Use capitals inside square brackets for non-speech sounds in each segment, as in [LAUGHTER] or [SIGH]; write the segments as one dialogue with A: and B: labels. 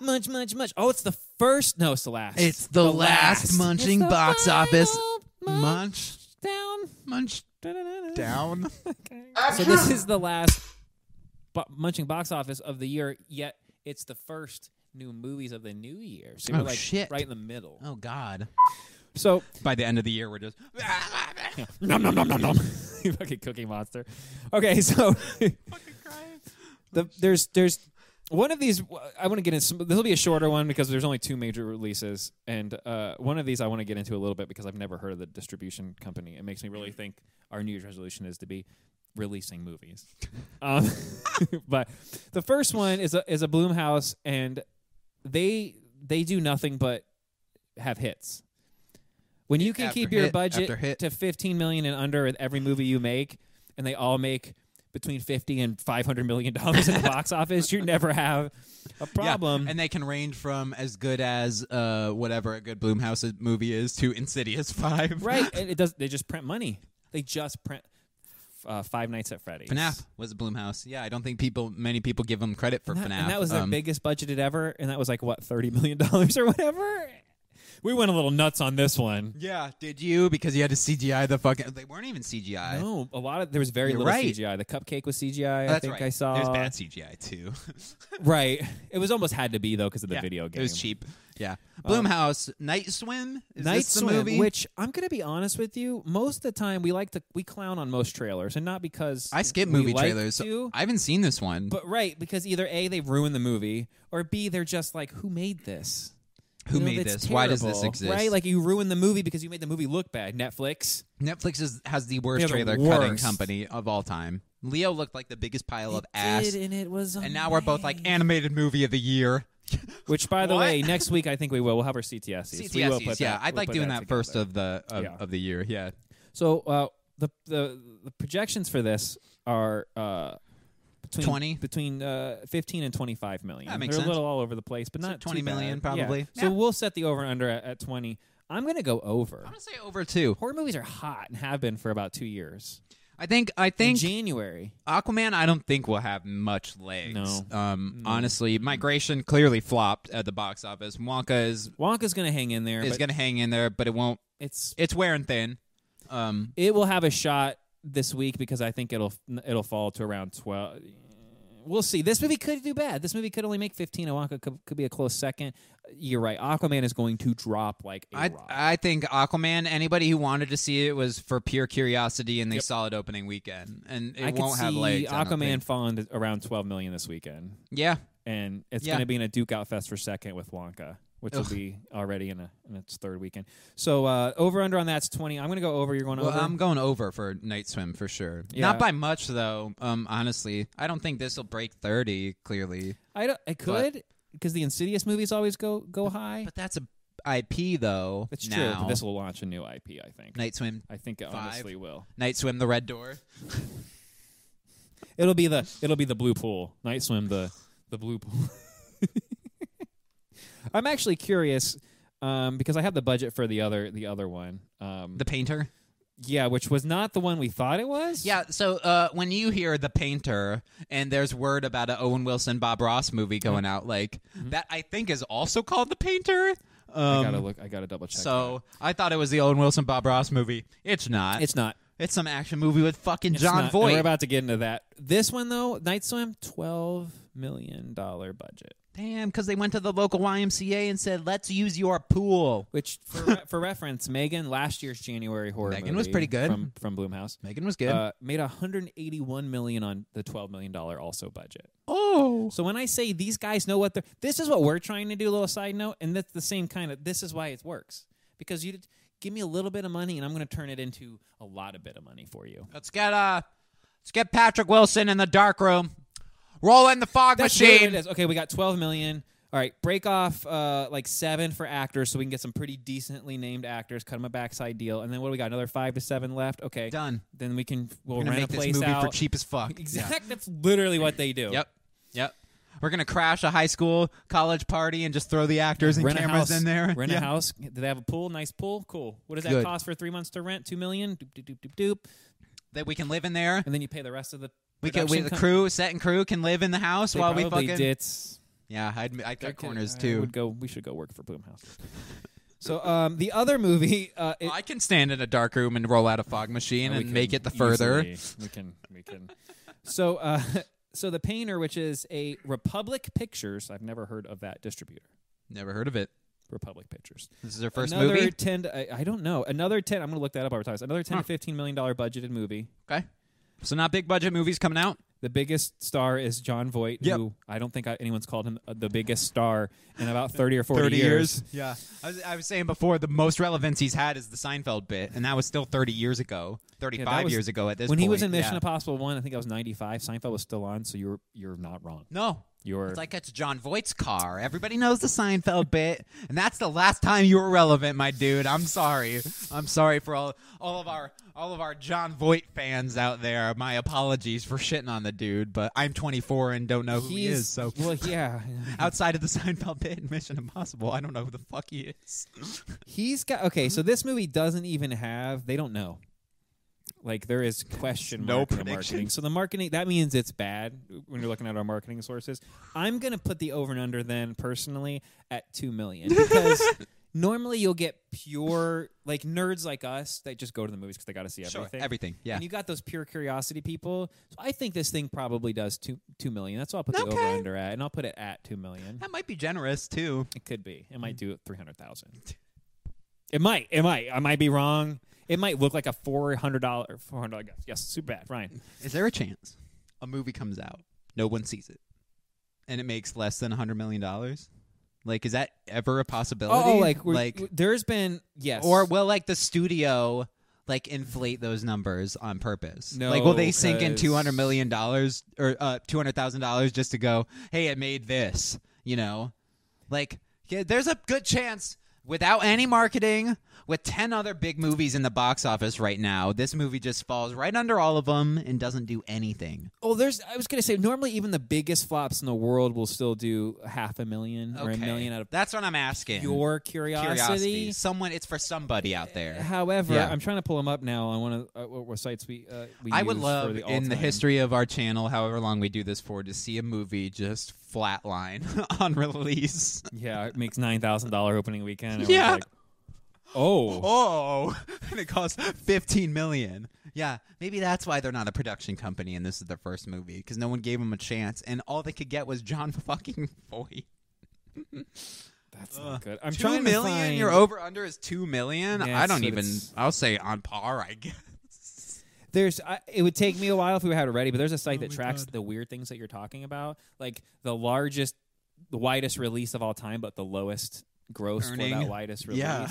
A: munch, munch, munch. Oh, it's the first. No, it's the last.
B: It's the, last, munching
A: It's the
B: box office.
A: final
B: Munch
A: Down.
B: munch down.
A: So this is the last bo- munching box office of the year. Yet it's the first new movies of the new year. So we're
B: Oh,
A: like
B: shit.
A: right in the middle.
B: Oh God.
A: So [COUGHS]
B: By the end of the year we're just [LAUGHS]
A: nom nom nom nom nom. you fucking cookie monster. Okay, so [LAUGHS] the, there's there's one of these. I want to get into. This will be a shorter one because there's only two major releases, and uh, one of these I want to get into a little bit because I've never heard of the distribution company. It makes me really think our New Year's resolution is to be releasing movies. [LAUGHS] um, but the first one is a is a Bloomhouse, and they they do nothing but have hits. When you can
B: After
A: keep your
B: hit
A: budget
B: after hit.
A: to 15 million and under with every movie you make and they all make between 50 and 500 million dollars in the
B: [LAUGHS]
A: box office you never have a
B: Yeah,
A: problem
B: And they can range from as good as uh, whatever a good Bloomhouse movie is to Insidious Five.
A: right and it does they just print money they just print uh, Five Nights at Freddy's
B: FNAF was Bloomhouse. Yeah, I don't think people, many people give them credit for
A: and that,
B: FNAF.
A: and that was their
B: Um,
A: biggest budgeted ever and that was like what 30 million dollars or whatever we went a little nuts on this one
B: Yeah, did you? Because you had to CGI the fucking. They weren't even CGI.
A: no a lot of there was very
B: You're
A: little
B: right.
A: CGI the cupcake was CGI I
B: That's
A: think
B: right.
A: I saw
B: There's bad CGI too.
A: right it was almost had to be though because of [LAUGHS] the
B: Yeah,
A: video game
B: It was cheap. Yeah. Bloomhouse, Night Swim. Is
A: Night
B: this the
A: Swim,
B: movie?
A: which I'm gonna be honest with you, most of the time we like to we clown on most trailers, and not because
B: I skip
A: we
B: movie
A: like
B: trailers. so
A: to,
B: I haven't seen this one.
A: but right because either a they ruin the movie, or b they're just like, who made this?
B: Who
A: You know,
B: made
A: that's
B: this? Why does this
A: terrible,
B: exist?
A: Right, like you ruined the movie because you made the movie look bad. Netflix,
B: Netflix is, has the worst
A: They're the
B: trailer cutting
A: worst.
B: company of all time. Leo looked like the biggest pile of
A: It
B: ass.
A: did, and it was.
B: And now we're both like
A: amazing.
B: animated movie of the year.
A: Which, by the
B: What?
A: way, next week I think we will. We'll have our CTSs.
B: [LAUGHS]
A: We will
B: CTSs,
A: put
B: yeah,
A: that-
B: I'd
A: we'll
B: like
A: put
B: doing that, first
A: together.
B: of the of,
A: Yeah.
B: of the year. Yeah,
A: So uh, the the the projections for this are uh, between
B: 20?
A: between uh, fifteen and twenty five million.
B: That makes
A: They're
B: sense.
A: a little all over the place, but
B: So
A: not
B: 20
A: too bad.
B: million
A: Yeah.
B: probably. Yeah.
A: So we'll set the over and under at, at twenty. I'm gonna go over.
B: I'm gonna say over two.
A: Horror movies are hot and have been for about two years.
B: I think I
A: In
B: think
A: January.
B: Aquaman. I don't think will have much legs.
A: No.
B: Um. Honestly, Migration clearly flopped at the box office. Wonka is
A: Wonka's gonna hang in there,
B: is
A: but
B: gonna hang in there, but it won't.
A: it's
B: It's wearing thin. Um.
A: it will have a shot this week because I think it'll it'll fall to around twelve. We'll see. This movie could do bad. This movie could only make fifteen. Awaka could, could be a close second. You're right. Aquaman is going to drop like a
B: I
A: rock.
B: I think Aquaman. Anybody who wanted to see it was for pure curiosity, and they saw it opening weekend, and it
A: I could
B: won't have
A: see
B: legs. I don't
A: Aquaman
B: think.
A: falling to around twelve million this weekend,
B: Yeah.
A: and it's
B: Yeah.
A: going to be in a Duke Out Fest for second with Wonka, which
B: Ugh.
A: will be already in a in its third weekend. So uh, over under on that's twenty. I'm going to go over. You're going
B: Well,
A: over.
B: I'm going over for night swim for sure.
A: Yeah.
B: Not by much though. Um, honestly, I don't think this will break thirty. Clearly,
A: I don't. I could because the Insidious movies always go go high.
B: but that's a IP though.
A: That's true.
B: now.
A: But this will launch a new IP. I think.
B: night swim,
A: I think it
B: Five.
A: honestly will.
B: night swim, the red door.
A: It'll be the it'll be the blue pool. Night swim the the blue pool. [LAUGHS] I'm actually curious um, because I have the budget for the other the other one. Um,
B: The painter.
A: yeah, which was not the one we thought it was.
B: Yeah. So uh, when you hear the painter and there's word about a Owen Wilson Bob Ross movie going out, like that, I think is also called the painter.
A: I
B: Um,
A: gotta look. I gotta double check.
B: so I thought it was the Owen Wilson Bob Ross movie. It's not.
A: that. it's not
B: it's some action movie with fucking
A: it's
B: John
A: not.
B: Voight.
A: And We're about to get into that. This one though, Night Swim, twelve million dollar budget.
B: Damn, because they went to the local YMCA and said, "Let's use your pool."
A: Which for
B: [LAUGHS]
A: re- for reference, Megan last year's January horror
B: Megan was
A: movie
B: pretty good.
A: from from Bloomhouse.
B: Megan was good.
A: Uh, made 181 million on the 12 million dollar also budget.
B: oh,
A: So when I say these guys know what they're, this is what we're trying to do. A little side note, and that's the same kind of. This is why it works because you give me a little bit of money, and I'm going to turn it into a lot of bit of money for you.
B: let's get uh, let's get Patrick Wilson in the dark room. Roll in the fog
A: really
B: machine.
A: what it is. Okay, we got 12 million. All right, break off uh, like seven for actors, so we can get some pretty decently named actors. Cut them a backside deal, and then what do we got? Another five to seven left. Okay,
B: Done.
A: Then we can we'll
B: We're gonna
A: rent
B: make
A: a
B: this
A: place
B: movie
A: out.
B: for cheap as fuck.
A: Exactly. That's literally what they do.
B: Yeah. Yep. Yep. We're gonna crash a high school college party and just throw the actors and
A: rent a
B: cameras
A: house,
B: in there. [LAUGHS]
A: Rent
B: yeah.
A: a house. Do they have a pool? Nice pool. Cool. What does that
B: Good.
A: cost for three months to rent? Two million. Doop doop doop doop doop.
B: that we can live in there.
A: And then you pay the rest of the.
B: We can. We
A: production
B: the
A: com-
B: crew, set and crew, can live in the house
A: They
B: while we
A: probably
B: fucking
A: did s-
B: Yeah, I'd I cut
A: Okay,
B: corners
A: I
B: too.
A: Would go. We should go work for Bloomhouse. [LAUGHS] so um, the other movie, uh, it,
B: I can stand in a dark room and roll out a fog machine
A: we
B: and
A: can
B: make it the further.
A: easily- we can. We can. so uh, [LAUGHS] so the painter, which is a Republic Pictures. I've never heard of that distributor.
B: Never heard of it.
A: Republic Pictures.
B: This is their first
A: another
B: movie.
A: ten. To, I, I don't know. Another ten. I'm gonna look that up. Advertise another ten
B: Huh.
A: to fifteen million dollar budgeted movie.
B: Okay, so not big budget movies coming out.
A: The biggest star is John Voight,
B: Yep.
A: who I don't think I, anyone's called him uh, the biggest star in about thirty or forty
B: Yeah, I was, I was saying before the most relevance he's had is the Seinfeld bit, and that was still 30 years ago, 35
A: was-
B: years ago at this
A: When
B: point.
A: he was in Mission
B: yeah.
A: Impossible One, I think I was ninety five. Seinfeld was still on, so you're you're not wrong.
B: No,
A: You're
B: it's like it's John Voight's car. Everybody knows the Seinfeld bit, and that's the last time you were relevant, my dude. I'm sorry. I'm sorry for all all of our all of our John Voight fans out there. My apologies for shitting on the dude, but I'm 24 and don't know who he
A: He's- [LAUGHS]
B: is. So
A: well, yeah,
B: outside of the Seinfeld bit in Mission Impossible, I don't know who the fuck he is.
A: he's got okay. So this movie doesn't even have. They don't know. Like there is question
B: No
A: mark in the
B: prediction.
A: marketing. So the marketing that means it's bad when you're looking at our marketing sources. I'm gonna put the over and under then personally at two million
B: [LAUGHS]
A: because normally you'll get pure like nerds like us that just go to the movies because they got to see everything.
B: everything. Yeah.
A: And you got those pure curiosity people. So I think this thing probably does two two million. That's what I'll put the
B: Okay.
A: over under at, and I'll put it at two million.
B: That might be generous too.
A: It could be. It might do three hundred thousand. It might. It might. I might be wrong. It might look like a four hundred dollar four hundred dollar guess. Yes, super bad, Ryan.
B: Is there a chance a movie comes out, no one sees it, and it makes less than a hundred million dollars? Like, is that ever a possibility?
A: Oh, like we're,
B: like,
A: there's been yes
B: or will like the studio like inflate those numbers on purpose?
A: No,
B: like, will they sink in
A: 'cause-
B: two hundred million dollars or uh, two hundred thousand dollars just to go? Hey, it made this. You know, like yeah, there's a good chance without any marketing, with ten other big movies in the box office right now, this movie just falls right under all of them and doesn't do anything.
A: Oh, there's. I was gonna say normally even the biggest flops in the world will still do half a million or a
B: Okay.
A: million out of
B: That's what I'm asking.
A: pure
B: curiosity.
A: curiosity.
B: Someone, it's for somebody out there.
A: However,
B: Yeah.
A: I'm trying to pull them up now on one of uh, what what sites we uh, we
B: I would
A: use for
B: love
A: the
B: in the
A: all-time.
B: history of our channel, however long we do this for, to see a movie just flatline [LAUGHS] on release.
A: Yeah, it makes nine thousand dollar opening
B: [LAUGHS]
A: weekend. Everyone's
B: Yeah.
A: like, oh,
B: Oh, [LAUGHS] and it costs 15 million. Yeah, maybe that's why they're not a production company and this is their first movie because no one gave them a chance and all they could get was John [LAUGHS] fucking Voight.
A: that's not good. I'm
B: Uh, Two
A: trying
B: million?
A: to find.
B: Your over under is two million.
A: Yeah,
B: I
A: it's-
B: don't
A: but
B: even.
A: it's-
B: I'll say on par. I guess.
A: There's, I, it would take me a while if we had it ready, but there's a site that tracks the weird things that you're talking about, like the largest, the widest release of all time, but the lowest gross for that
B: Earning.
A: widest release.
B: Yeah.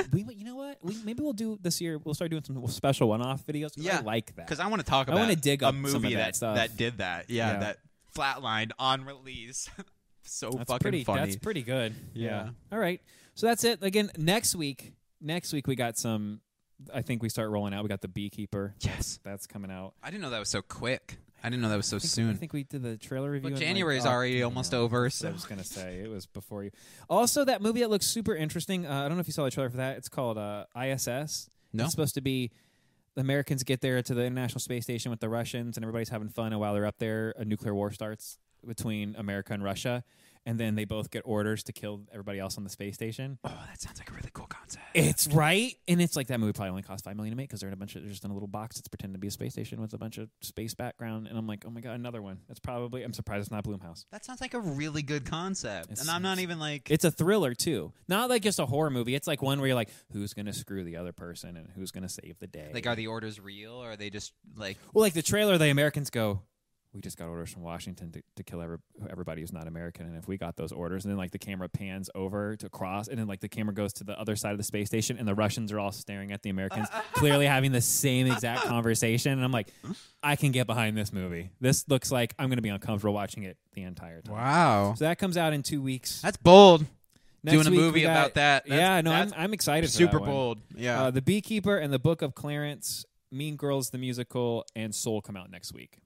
B: [LAUGHS]
A: we, you know what? We maybe we'll do this year. We'll start doing some special one-off videos. 'cause I
B: Yeah.
A: like that.
B: because I want to talk
A: I
B: about.
A: wanna dig
B: a
A: up some of
B: movie
A: that
B: that
A: stuff.
B: that did that. Yeah,
A: Yeah.
B: that flatlined on release. [LAUGHS] so
A: that's
B: fucking
A: pretty.
B: funny.
A: That's pretty good.
B: Yeah.
A: All right. So that's it. Again, next week. Next week we got some. I think we start rolling out. We got the beekeeper.
B: yes,
A: That's coming out.
B: I didn't know that was so quick. I didn't know that was so
A: I think, I
B: soon.
A: think we did the trailer review.
B: But
A: in, like,
B: January's
A: oh,
B: already
A: damn,
B: almost
A: yeah.
B: over.
A: So I
B: So
A: was gonna say it was before you. Also, that movie that looks super interesting. Uh, I don't know if you saw the trailer for that. It's called uh, ISS.
B: No.
A: it's supposed to be the Americans get there to the International Space Station with the Russians, and everybody's having fun. And while they're up there, a nuclear war starts between America and Russia, and then they both get orders to kill everybody else on the space station.
B: oh, that sounds like a really cool concept.
A: It's right, and it's like that movie probably only cost five million to make because they're in a bunch of they're just in a little box that's pretending to be a space station with a bunch of space background. And I'm like, oh my god, another one. That's probably I'm surprised it's not Bloomhouse.
B: That sounds like a really good concept,
A: It's-
B: and I'm not even like.
A: It's a thriller too, not like just a horror movie. It's like one where you're like, who's gonna screw the other person and who's gonna save the day?
B: like, are the orders real, or are they just like?
A: well, like the trailer, the Americans go. We just got orders from Washington to, to kill every, everybody who's not American, and if we got those orders, and then like the camera pans over to cross, and then like the camera goes to the other side of the space station, and the Russians are all staring at the Americans,
B: [LAUGHS]
A: clearly having the same exact conversation, and I'm like, I can get behind this movie. This looks like I'm going to be uncomfortable watching it the entire time.
B: Wow,
A: So that comes out in two weeks.
B: that's bold.
A: Next
B: Doing a
A: week we
B: movie
A: got-
B: about that. That's-
A: yeah, no,
B: that's
A: I'm, I'm excited. for
B: super
A: that one.
B: bold. Yeah,
A: Uh, the Beekeeper and the Book of Clarence, Mean Girls the musical, and Soul come out next week.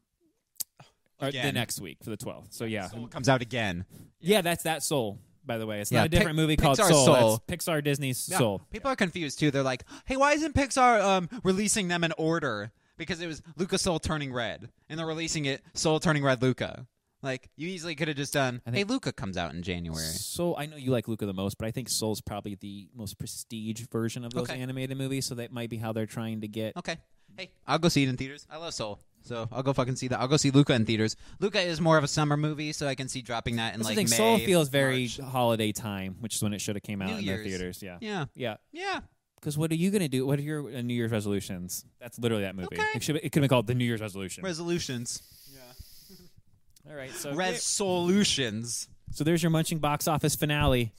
A: Or the
B: Again.
A: next week for the 12th. So yeah,
B: Soul comes out again.
A: yeah, that's that Soul. By the way, it's
B: Yeah,
A: not a different
B: Pic-
A: movie called
B: Pixar's
A: Soul.
B: Soul.
A: That's Pixar Disney's
B: Yeah,
A: Soul.
B: People are confused too. They're like, "Hey, why isn't Pixar um, releasing them in order?" Because it was Luca Soul Turning Red, and they're releasing it Soul Turning Red Luca. Like you easily could have just done.
A: I
B: hey,
A: think-
B: Luca comes out in January.
A: Soul. I know you like Luca the most, but I think Soul's probably the most prestige version of those
B: Okay.
A: animated movies. So that might be how they're trying to get.
B: Okay. Hey, I'll go see it in theaters. I love Soul, so I'll go fucking see that. I'll go see Luca in theaters. Luca is more of a summer movie, so I can see dropping that in
A: That's
B: like
A: the thing.
B: May.
A: Soul feels very
B: March.
A: holiday time, which is when it should have came out
B: New
A: in
B: Year's.
A: the theaters. Yeah,
B: Yeah.
A: yeah.
B: Yeah.
A: Because what are you gonna do? What are your uh, New Year's resolutions? That's literally that movie.
B: Okay.
A: It should. It could have been called the New Year's resolution.
B: Resolutions.
A: All right. So
B: Resolutions.
A: So there's your munching box office finale.